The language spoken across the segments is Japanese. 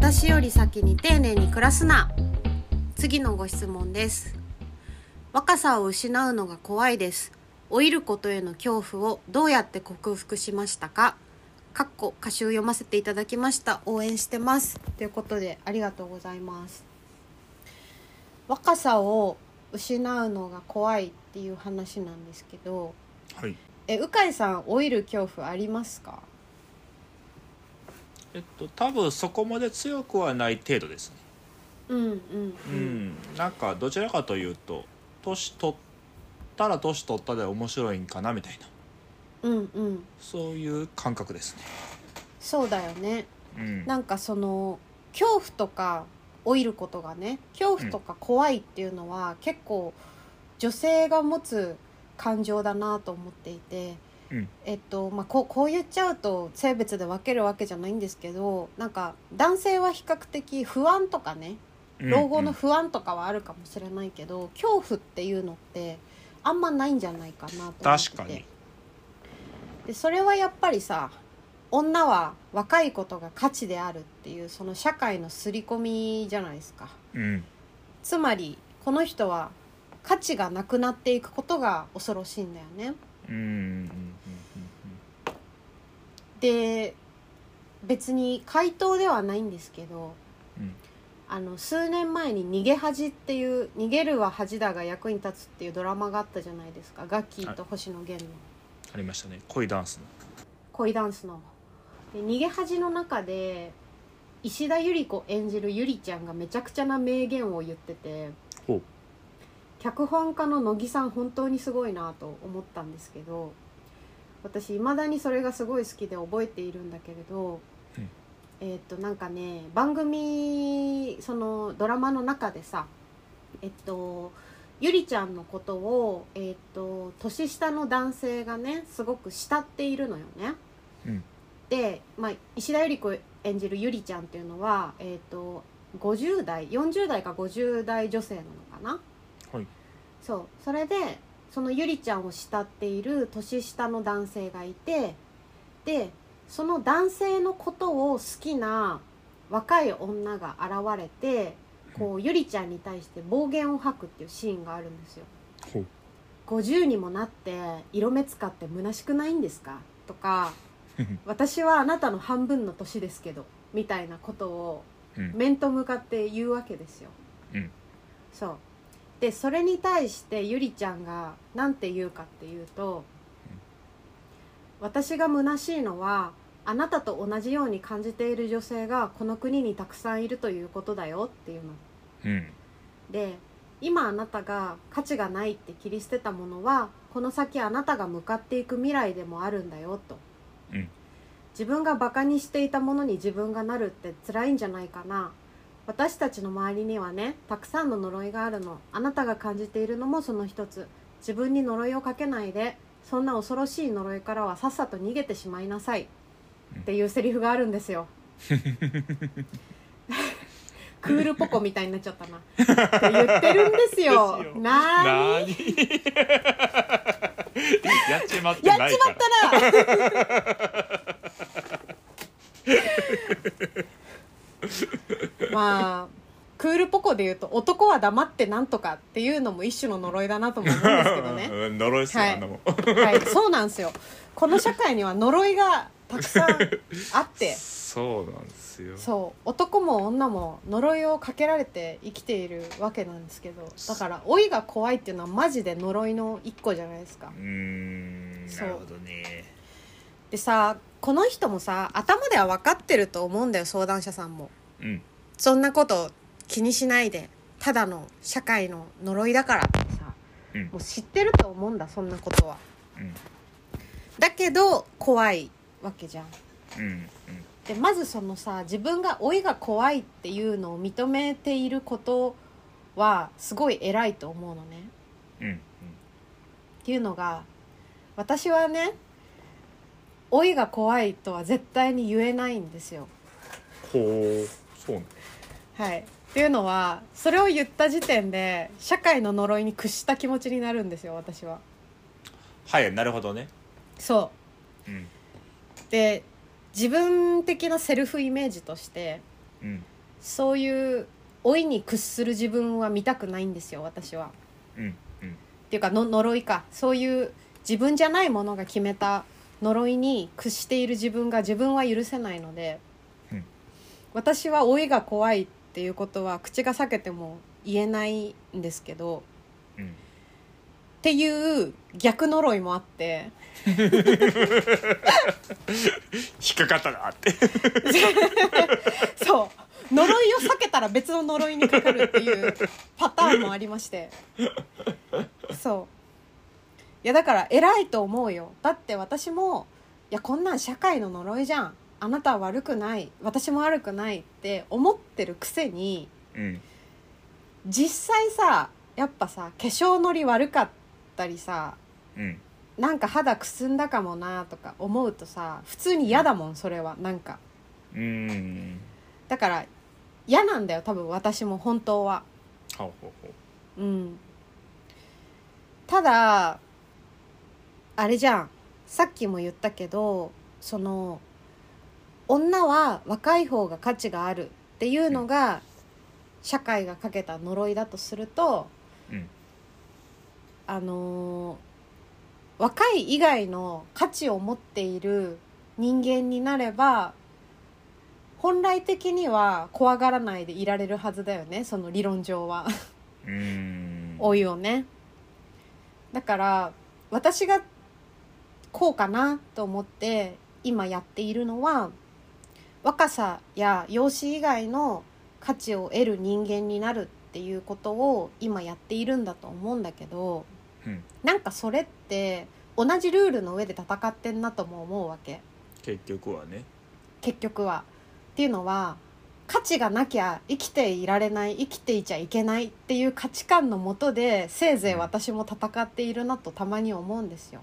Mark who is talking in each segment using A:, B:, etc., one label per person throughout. A: 年より先に丁寧に暮らすな次のご質問です若さを失うのが怖いです老いることへの恐怖をどうやって克服しましたかかっこ歌集読ませていただきました応援してますということでありがとうございます若さを失うのが怖いっていう話なんですけど
B: はい
A: えうかいさん老いる恐怖ありますか
B: えっと多分そこまで強くはない程度ですね
A: うんうん
B: うん、なんかどちらかというと年取ったら年取ったで面白いんかなみたいな
A: うんうん
B: そういう感覚ですね
A: そうだよね
B: うん
A: なんかその恐怖とか老いることがね恐怖とか怖いっていうのは結構女性が持つ感情だなと思っていて、
B: うん
A: えっとまあ、こうこう言っちゃうと性別で分けるわけじゃないんですけどなんか男性は比較的不安とかね老後の不安とかはあるかもしれないけど、恐怖っていうのってあんまないんじゃないかなと思ってて
B: 確かに
A: でそれはやっぱりさ女は若いことが価値であるっていうその社会の刷り込みじゃないですか
B: うん
A: つまりこの人は価値がなくなっていくことが恐ろしいんだよね
B: うんうんうん
A: で別に回答ではないんですけど
B: うん
A: あの数年前に「逃げ恥」っていう「逃げるは恥だが役に立つ」っていうドラマがあったじゃないですかガッキーと星野源の
B: ありましたね恋ダンスの
A: 恋ダンスので逃げ恥の中で石田ゆり子演じるゆりちゃんがめちゃくちゃな名言を言ってて
B: ほう
A: 脚本家の乃木さん本当にすごいなと思ったんですけど私いまだにそれがすごい好きで覚えているんだけれど、
B: うん
A: えーっとなんかね番組そのドラマの中でさえっとゆりちゃんのことを、えーっと年下の男性がねすごく慕っているのよね。
B: うん
A: で、まあ、石田ゆり子演じるゆりちゃんっていうのは、えーっと50代40代か50代女性なのかな。
B: はい
A: そうそれでそのゆりちゃんを慕っている年下の男性がいてでその男性のことを好きな若い女が現れてこうゆりちゃんに対して暴言を吐くっていうシーンがあるんですよ。
B: ほう
A: 50にもなって色目使って虚しくないんですかとか私はあなたの半分の年ですけどみたいなことを
B: うん
A: 面と向かって言うわけですよ。
B: うん
A: そうでそれに対してゆりちゃんが何て言うかっていうと
B: うん
A: 「私が虚しいのはあなたと同じように感じている女性がこの国にたくさんいるということだよ」っていうの。
B: うん
A: で今あなたが価値がないって切り捨てたものはこの先あなたが向かっていく未来でもあるんだよと、
B: うん
A: 自分がバカにしていたものに自分がなるって辛いんじゃないかな私たちの周りにはねたくさんの呪いがあるのあなたが感じているのもその一つ自分に呪いをかけないでそんな恐ろしい呪いからはさっさと逃げてしまいなさいっていうセリフがあるんですよ クールポコみたいになっちゃったなって言ってるんですよ
B: ですよ
A: なーに
B: なーにやっちまって
A: やっ
B: ない
A: ち
B: か
A: ま
B: ら
A: ったなまあクールポコで言うと男は黙ってなんとかっていうのも一種の呪いだなとも思うんですけどね
B: うんうん呪いっすよ、
A: はい
B: あんなもん
A: はい、そうなんですよ。この社会には呪いがたくさんあって、
B: そうなんですよ
A: そう、男も女も呪いをかけられて生きているわけなんですけど、だから老いが怖いっていうのはマジで呪いの一個じゃないですか
B: う。ーん
A: そ
B: な
A: う
B: るほどね
A: でさ、この人もさ、頭では分かってると思うんだよ、相談者さんも。
B: うん
A: そんなこと気にしないで、ただの社会の呪いだからってさ、
B: うん
A: もう知ってると思うんだ、そんなことは。
B: うん
A: だけど怖いわけじゃん。
B: うん
A: でまずそのさ自分が老いが怖いっていうのを認めていることはすごい偉いと思うのね。
B: うんうん
A: っていうのが私はね老いが怖いとは絶対に言えないんですよ。
B: ほうそうね
A: はい、っていうのはそれを言った時点で社会の呪いに屈した気持ちになるんですよ私は。
B: はいなるほどね
A: そ
B: うん
A: うで自分的なセルフイメージとして
B: うん
A: そういう老いに屈する自分は見たくないんですよ私は。
B: うんうん
A: っていうかの呪いかそういう自分じゃないものが決めた呪いに屈している自分が自分は許せないので、
B: うん
A: 私は老いが怖いっていうことは口が裂けても言えないんですけど
B: うん
A: っていう逆呪いもあって
B: 引っかかったなって
A: そう呪いを避けたら別の呪いにかかるっていうパターンもありましてそういやだから偉いと思うよだって私もいやこんなん社会の呪いじゃんあなたは悪くない私も悪くないって思ってるくせに
B: うん
A: 実際さやっぱさ化粧のり悪かったりさ
B: うん
A: なんか肌くすんだかもなとか思うとさ普通に嫌だもんそれはなんか
B: うーん
A: だから嫌なんだよ多分私も本当は
B: ほうほうほ
A: うんただあれじゃんさっきも言ったけどその女は若い方が価値があるっていうのが、社会がかけた呪いだとすると、
B: うん
A: あのー若い以外の価値を持っている人間になれば本来的には怖がらないでいられるはずだよねその理論上は。
B: ううーん
A: 老いをねだから私がこうかなと思って今やっているのは若さや容姿以外の価値を得る人間になるっていうことを今やっているんだと思うんだけど、
B: うん
A: なんかそれって同じルールの上で戦ってんなとも思うわけ
B: 結局はね
A: 結局は。っていうのは価値がなきゃ生きていられない生きていちゃいけないっていう価値観のもとでせいぜい私も戦っているなとたまに思うんですよ。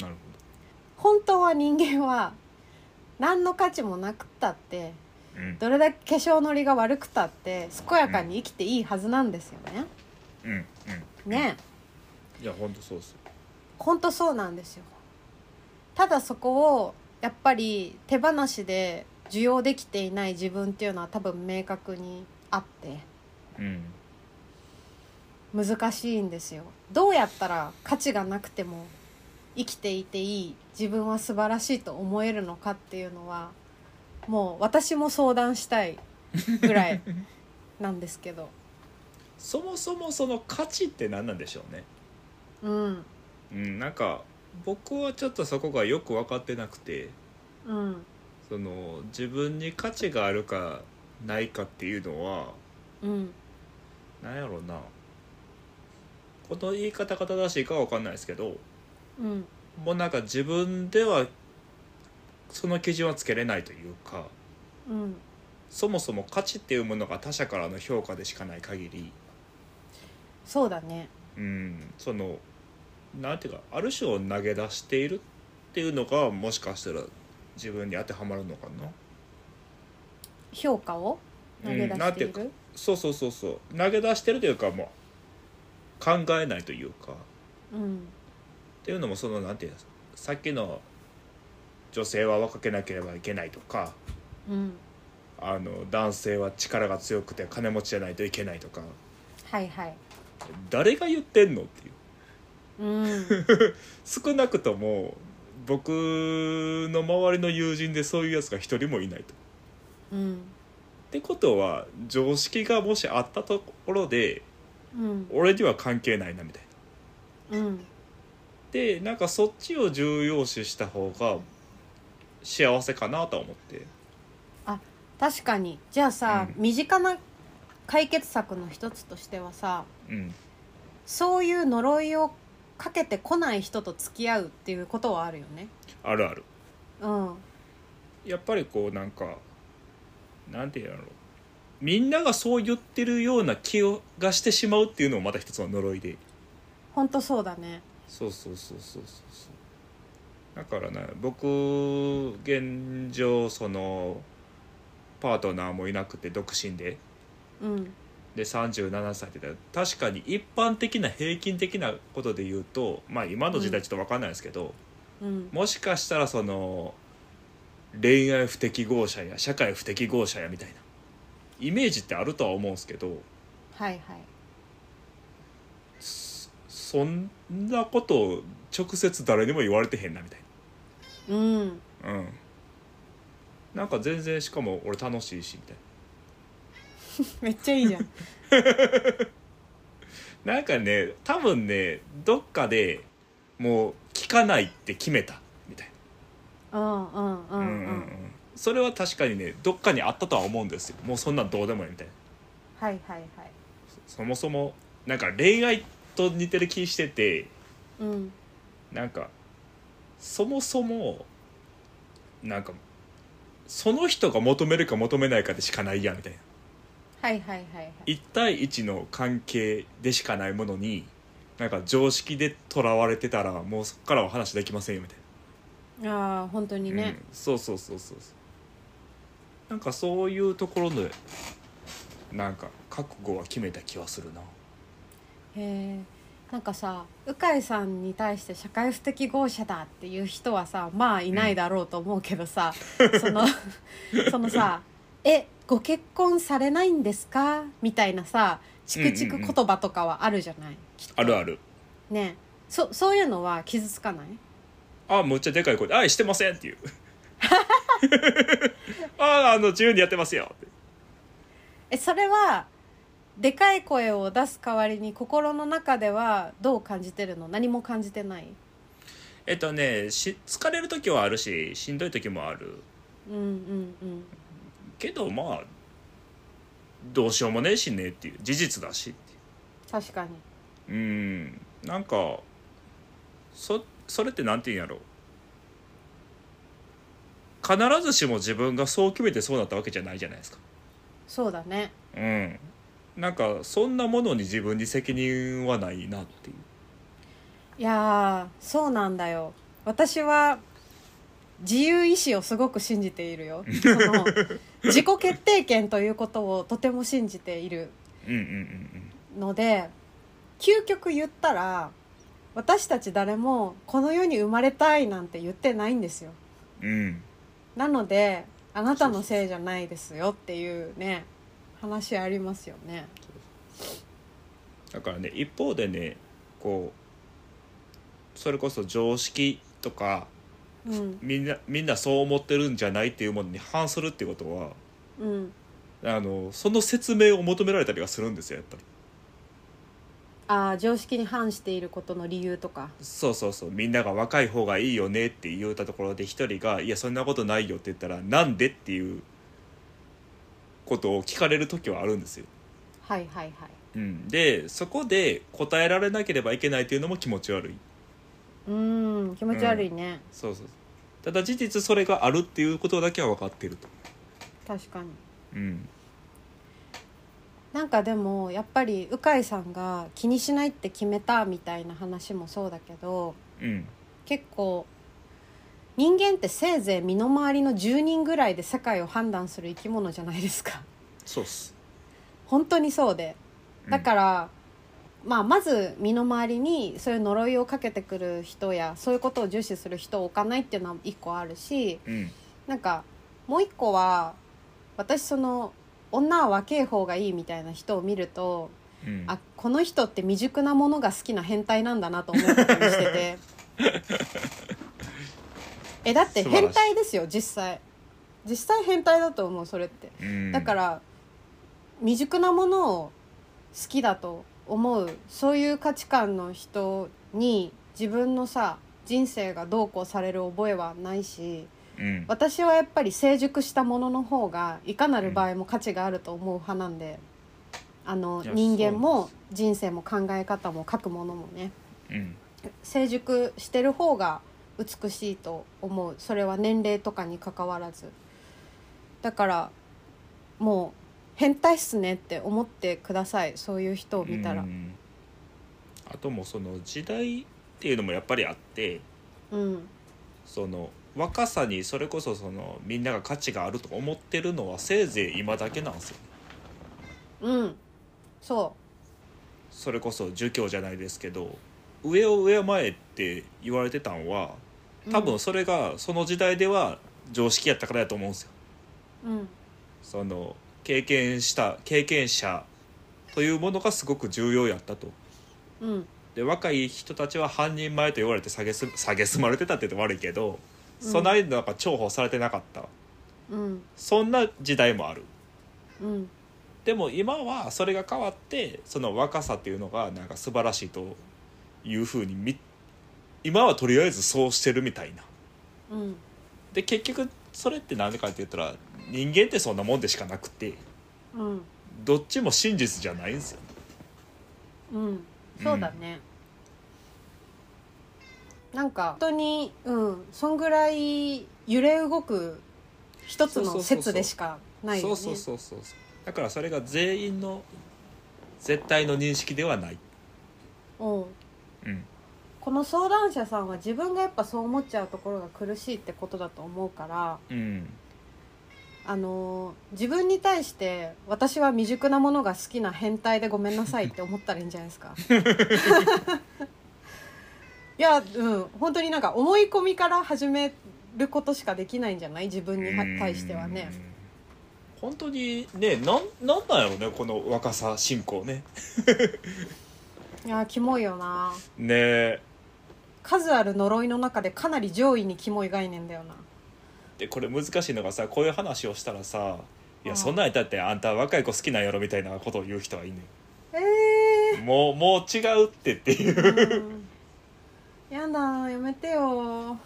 B: なる
A: 本当は人間は何の価値もなくったって
B: ほどうん
A: どれだけ化粧のりが悪くたって健やかに生きていいはずなんですよね。
B: うんうん
A: ね
B: いや本当そうですよ
A: 本当そうなんですよただそこをやっぱり手放しで受容できていない自分っていうのは多分明確にあって
B: うん
A: 難しいんですよどうやったら価値がなくても生きていていい自分は素晴らしいと思えるのかっていうのはもう私も相談したいぐら いなんですけど
B: そもそもその価値って何なんでしょうね
A: うん
B: うんなんか僕はちょっとそこがよく分かってなくて
A: うん
B: その自分に価値があるかないかっていうのは
A: うん
B: なんやろうなこの言い方が正しいかは分かんないですけど
A: うん
B: もうなんか自分ではその基準はつけれないというか
A: うん
B: そもそも価値っていうものが他者からの評価でしかない限り
A: そうだね
B: うんそのなんていうかある種を投げ出しているっていうのがもしかしたら自分に当てはまるのかな
A: 評価を投げ出
B: うんな
A: し
B: ん
A: て
B: てい
A: いう
B: か
A: る、
B: そうそうそうそう投げ出してるというかもう考えないというかっ
A: うん
B: ていうのもそのなんていうんですかさっきの女性は若けなければいけないとか
A: うん、
B: あの男性は力が強くて金持ちじゃないといけないとか
A: はいはい。
B: 誰が言ってんのっていう
A: うん、
B: 少なくとも僕の周りの友人でそういうやつが一人もいないと。
A: うん、
B: ってことは常識がもしあったところで
A: うん、
B: 俺には関係ないなみたいな。
A: うん、
B: でなんかそっちを重要視した方が幸せかなとは思って
A: 確かに。じゃあさ、
B: う
A: 身近な解決策の一つとしてはさ、
B: うん
A: そういう呪いをかけてこない人と付き合うっていうことはあるよね。
B: あるある
A: うん、
B: やっぱりこうなんかなんて言うんだろうみんながそう言ってるような気がしてしまうっていうのもまた一つの呪いで
A: 本当そうだね。
B: そうそうそうそうそうそうだからね僕現状そのパートナーもいなくて独身で
A: うん、
B: で37歳って言ったら確かに一般的な平均的なことで言うとまあ今の時代ちょっと分かんないですけど、
A: うん、
B: もしかしたらその恋愛不適合者や社会不適合者やみたいなイメージってあるとは思うんですけど
A: はいはい
B: そんなことを直接誰にも言われてへんなみたい
A: うん
B: なうんなんか全然しかも俺楽しいしみたい
A: めっちゃいいじゃん
B: ななんかね多分ねどっかでもう聞かないって決めたみたい
A: うんうんう
B: な、
A: んうん、
B: それは確かにねどっかにあったとは思うんですよもうそんなんどうでもいいみたいな
A: はいはいはい
B: そもそもなんか恋愛と似てる気してて
A: うん
B: なんかそもそもなんかその人が求めるか求めないかでしかないやみたいな
A: はいはいはいはい
B: 1対1の関係でしかないものになんか常識でとらわれてたらもうそっからは話できませんよみたい
A: ああ本当に
B: な、
A: ね、
B: うんそうそうそうそうそうなんかそういうところでなんか覚悟は決めた気はするな
A: へえなんかさ鵜飼さんに対して社会不適合者だっていう人はさまあいないだろうと思うけどさ、そ のそのさ「えご結婚されないんですか?」みたいなさチクチク言葉とかはあるじゃない、きっと
B: あるある
A: ねそそういうのは傷つかない
B: あむっちゃでかい声で「愛してません」っていう ああの自由にやってますよって
A: えそれはでかい声を出す代わりに心の中ではどう感じてるの何も感じてない
B: えっとねし疲れる時はあるししんどい時もある
A: うんうんうん
B: けどまあどうしようもねえしねっていう事実だしってい
A: 確かに
B: ううんなんかそそれってなんて言うんやろ必ずしも自分がそう決めてそうなったわけじゃないじゃないですか
A: そうだね
B: うんなんかそんなものに自分に責任はないなっていう
A: いやーそうなんだよ私は自由意志をすごく信じている よその自己決定権ということをとても信じている
B: うんうんうん
A: ので究極言ったら私たち誰もこの世に生まれたいなんて言ってないんですよ
B: うんうん
A: なのであなたのせいじゃないですよっていうね話ありますよね
B: だからね一方でねこうそれこそ常識とか
A: うん
B: みんなみんなそう思ってるんじゃないっていうものに反するっていうことは
A: うん
B: あのその説明を求められたりはするんですよやっぱり
A: ああ常識に反していることの理由とか
B: そうそうそうみんなが若い方がいいよねって言うたところで一人が「いやそんなことないよ」って言ったら「なんで?」っていうことを聞かれる時はあるんですよ、
A: はいはいはい
B: うん、でそこで答えられなければいけないというのも気持ち悪いう
A: ーん気持ち悪いね、
B: そうそうただ事実それがあるっていうことだけは分かってると
A: 確かに
B: うん
A: なんかでもやっぱり鵜飼さんが気にしないって決めたみたいな話もそうだけど
B: うん
A: 結構人間ってせいぜい身の回りの10人ぐらいで世界を判断する生き物じゃないですか
B: そうっす
A: 本当にそうでだからら、まあ、まず身の回りにそういう呪いをかけてくる人やそういうことを重視する人を置かないっていうのは一個あるし、
B: うん
A: なんかもう一個は私その女は若い方がいいみたいな人を見ると、
B: うん
A: あこの人って未熟なものが好きな変態なんだなと思うことにして てえだって
B: 素晴らしい
A: 変態ですよ実際実際変態だと思うそれって
B: うん
A: だから未熟なものを好きだと思うそういう価値観の人に自分のさ人生がどうこうされる覚えはないし
B: うん
A: 私はやっぱり成熟したものの方がいかなる場合も価値があると思う派なんで、あの
B: いや
A: 人間
B: そうなん
A: も
B: で
A: 人生も考え方も書くものもね
B: うん
A: 成熟してる方が美しいと思うそれは年齢とかに関わらずだからもう変態っすねって思ってくださいそういう人を見たら
B: うんあともうその時代っていうのもやっぱりあって
A: うん
B: その若さにそれこそそのみんなが価値があると思ってるのはせいぜい今だけなんですよ
A: うんそ
B: それこそ儒教じゃないですけど上を上前って言われてたんは
A: う
B: 多分それがその時代では常識やったからやと思うんですよ
A: うん
B: その経験した経験者というものがすごく重要やったと。
A: うん
B: で若い人たちは半人前と言われて下げす下げすまれてたって言って悪いけど、
A: うん
B: その間なんか重宝されてなかった
A: うん
B: そんな時代もある
A: うん
B: でも今はそれが変わってその若さっていうのがなんか素晴らしいというふうにみ今はとりあえずそうしてるみたいな
A: うん
B: で結局それって何でかって言ったら人間ってそんなもんでしかなくて
A: うん
B: どっちも真実じゃないんですよ
A: うんそうだね、なんか本当にうんそんぐらい揺れ動く一つの説でしかないよ
B: そ
A: ね
B: うそうそうそうそうだからそれが全員の絶対の認識ではない、
A: うん
B: うん、
A: この相談者さんは自分がやっぱそう思っちゃうところが苦しいってことだと思うから
B: うん
A: あのー自分に対して私は未熟なものが好きな変態でごめんなさいって思ったらいいんじゃないですかいやうん本当になんか思い込みから始めることしかできないんじゃない自分には対してはね
B: うん本当にねなんなんなんやろうねこの若さ信仰ね
A: いやーキモいよな
B: ねえ
A: 数ある呪いの中でかなり上位にキモい概念だよな
B: でこれ難しいのがさこういう話をしたらさ「いうや
A: ん
B: そんなんやったってあんた若い子好きなんやろ」みたいなことを言う人はいんね
A: え
B: んもうもう違うってってい
A: え
B: う
A: ーうん、やだやめてよ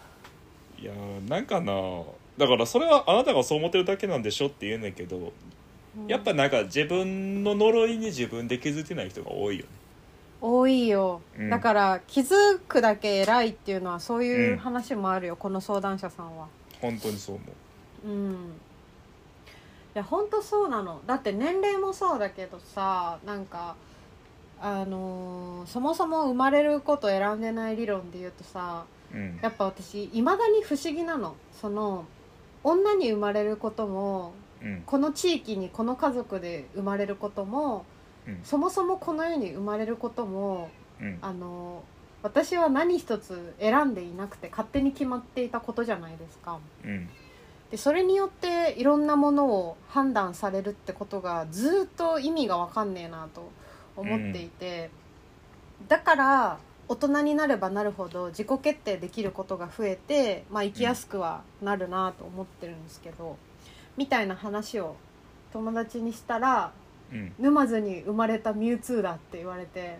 B: いやーなんかなだからそれはあなたがそう思ってるだけなんでしょって言うんだけど
A: うん
B: やっぱなんか自分の呪いに自分で気づいてない人が多いよね
A: 多いよ、
B: うん
A: だから気づくだけ偉いっていうのはそういうんう話もあるよ、この相談者さんは
B: 本当にそう思う
A: うんいや本当そうなのだって年齢もそうだけどさなんかあのーそもそも生まれること選んでない理論で言うとさ
B: うん
A: やっぱ私いまだに不思議なのその女に生まれることも
B: うん
A: この地域にこの家族で生まれることも
B: うん
A: そもそもこの世に生まれることも
B: うん
A: あの私は何一つ選んでいなくて勝手に決まっていたことじゃないですか
B: うん
A: でそれによっていろんなものを判断されるってことがずっと意味が分かんねえなと思っていて、だから大人になればなるほど自己決定できることが増えて、まあ、生きやすくはなるなと思ってるんですけど、みたいな話を友達にしたら
B: うん
A: 沼津に生まれたミュウツーだって言われて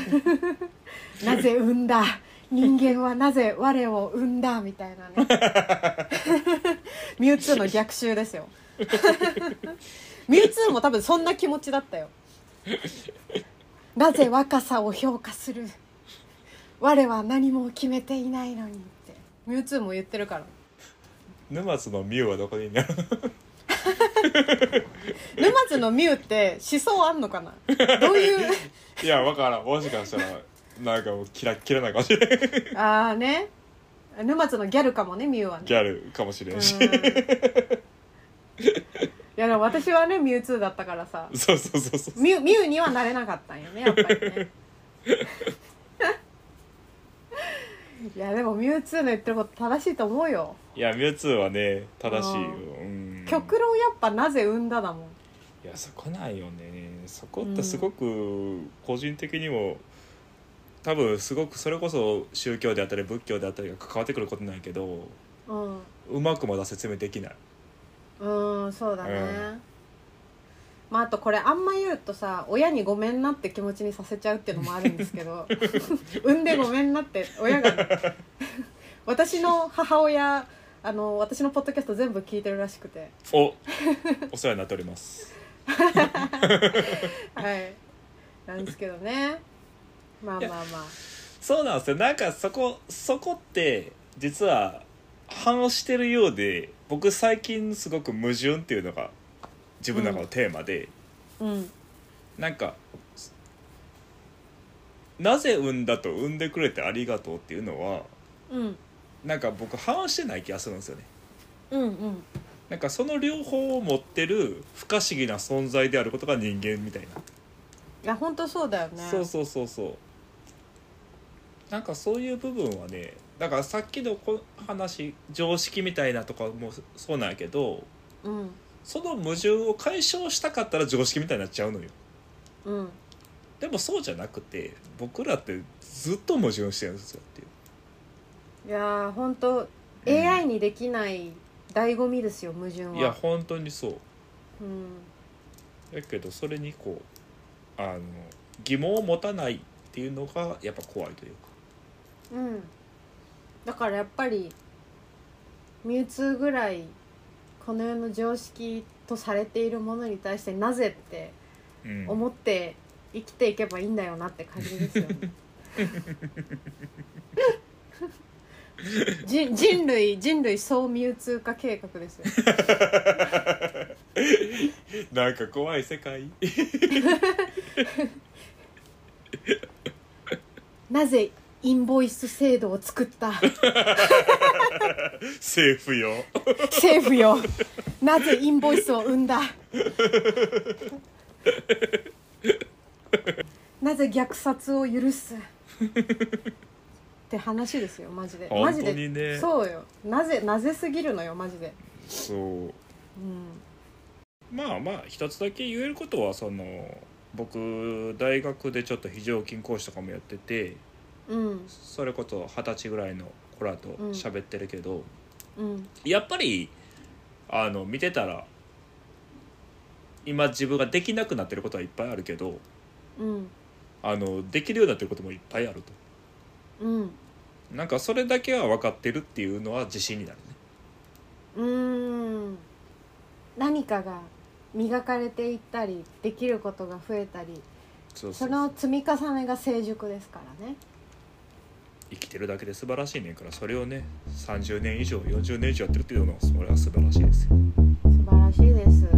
A: なぜ産んだ人間はなぜ我を産んだみたいなね ミュウツーの逆襲ですよ ミュウツーも多分そんな気持ちだったよなぜ若さを評価する我は何も決めていないのにってミュウツーも言ってるから
B: 沼津のミュウはどこにいんの
A: 沼津のミュウって思想あんのかなどういう
B: いやわからんもしかしたらなんかもうキラッキラなかもしれん
A: ああね沼津のギャルかもねミュウはね
B: ギャルかもしれ
A: うんん
B: し、
A: いやでも私はねミュウツーだったからさ
B: そうそうそうそう
A: ミュウミュウにはなれなかったんよねやっぱりね いやでもミュウツーの言ってること正しいと思うよ、
B: いやミュウツーはね正しいよ、
A: う
B: うん、
A: 極論やっぱなぜ産んだだもん
B: いやそこないよねそこってすごく個人的にも、多分すごくそれこそ宗教であったり仏教であったりが関わってくることなんやけど
A: うん
B: うまくまだ説明できない、
A: うーんそうだね、
B: うん
A: まああとこれあんま言うとさ親にごめんなって気持ちにさせちゃうっていうのもあるんですけ ど産んでごめんなって親が 私の母親あの私のポッドキャスト全部聞いてるらしくて
B: お お世話になっております
A: はいなんですけどねまあまあまあ
B: そうなんですよなんかそこそこって実は反してるようで僕最近すごく矛盾っていうのが自分の中のテーマで、
A: うん
B: なんかなぜ産んだと産んでくれてありがとうっていうのは
A: うん
B: なんか僕反してない気がするんですよね
A: うんうん
B: なんかその両方を持ってる不可思議な存在であることが人間みたい
A: いや本当そうだよ
B: な、
A: ね
B: そうそうそうそうなんかそういう部分はねだからさっきのこ話常識みたいなとかもそうなんやけど
A: うん
B: その矛盾を解消したかったら常識みたいになっちゃうのよ
A: うん
B: でもそうじゃなくて僕らってずっと矛盾してるんですよっていう
A: いやー本当、
B: うん
A: AI にできない醍醐味ですよ矛盾は。
B: いや本当にそう
A: うん
B: だけどそれにこうあの疑問を持たないっていうのがやっぱ怖いというか
A: うん、だからやっぱりミュウツーぐらいこの世の常識とされているものに対してなぜって
B: うん
A: 思って生きていけばいいんだよなって感じですよね。人人類人類総ミュウツー化計画ですよ。
B: なんか怖い世界
A: なぜインボイス制度を作った
B: 政府よ
A: 政府よなぜインボイスを生んだなぜ虐殺を許すって話ですよマジでマ
B: 本
A: ジ
B: 当に
A: で、
B: ね
A: そうよなぜなぜすぎるのよマジで
B: そう
A: う
B: まあまあ一つだけ言えることはその僕大学でちょっと非常勤講師とかもやってて
A: んうん
B: それこそ二十歳ぐらいの子らと喋ってるけど、
A: うん
B: やっぱりあの見てたら今自分ができなくなってることはいっぱいあるけど
A: うん
B: あのできるようになってることもいっぱいあると
A: うん
B: なんかそれだけは分かってるっていうのは自信になるね
A: うーん何かが磨かれていったりできることが増えたり
B: そうそ
A: そうの積み重ねが成熟ですからね
B: 生きてるだけで素晴らしいねんからそれをね30年以上40年以上やってるっていうのはそれは素晴らしいですよ
A: 素晴らしいです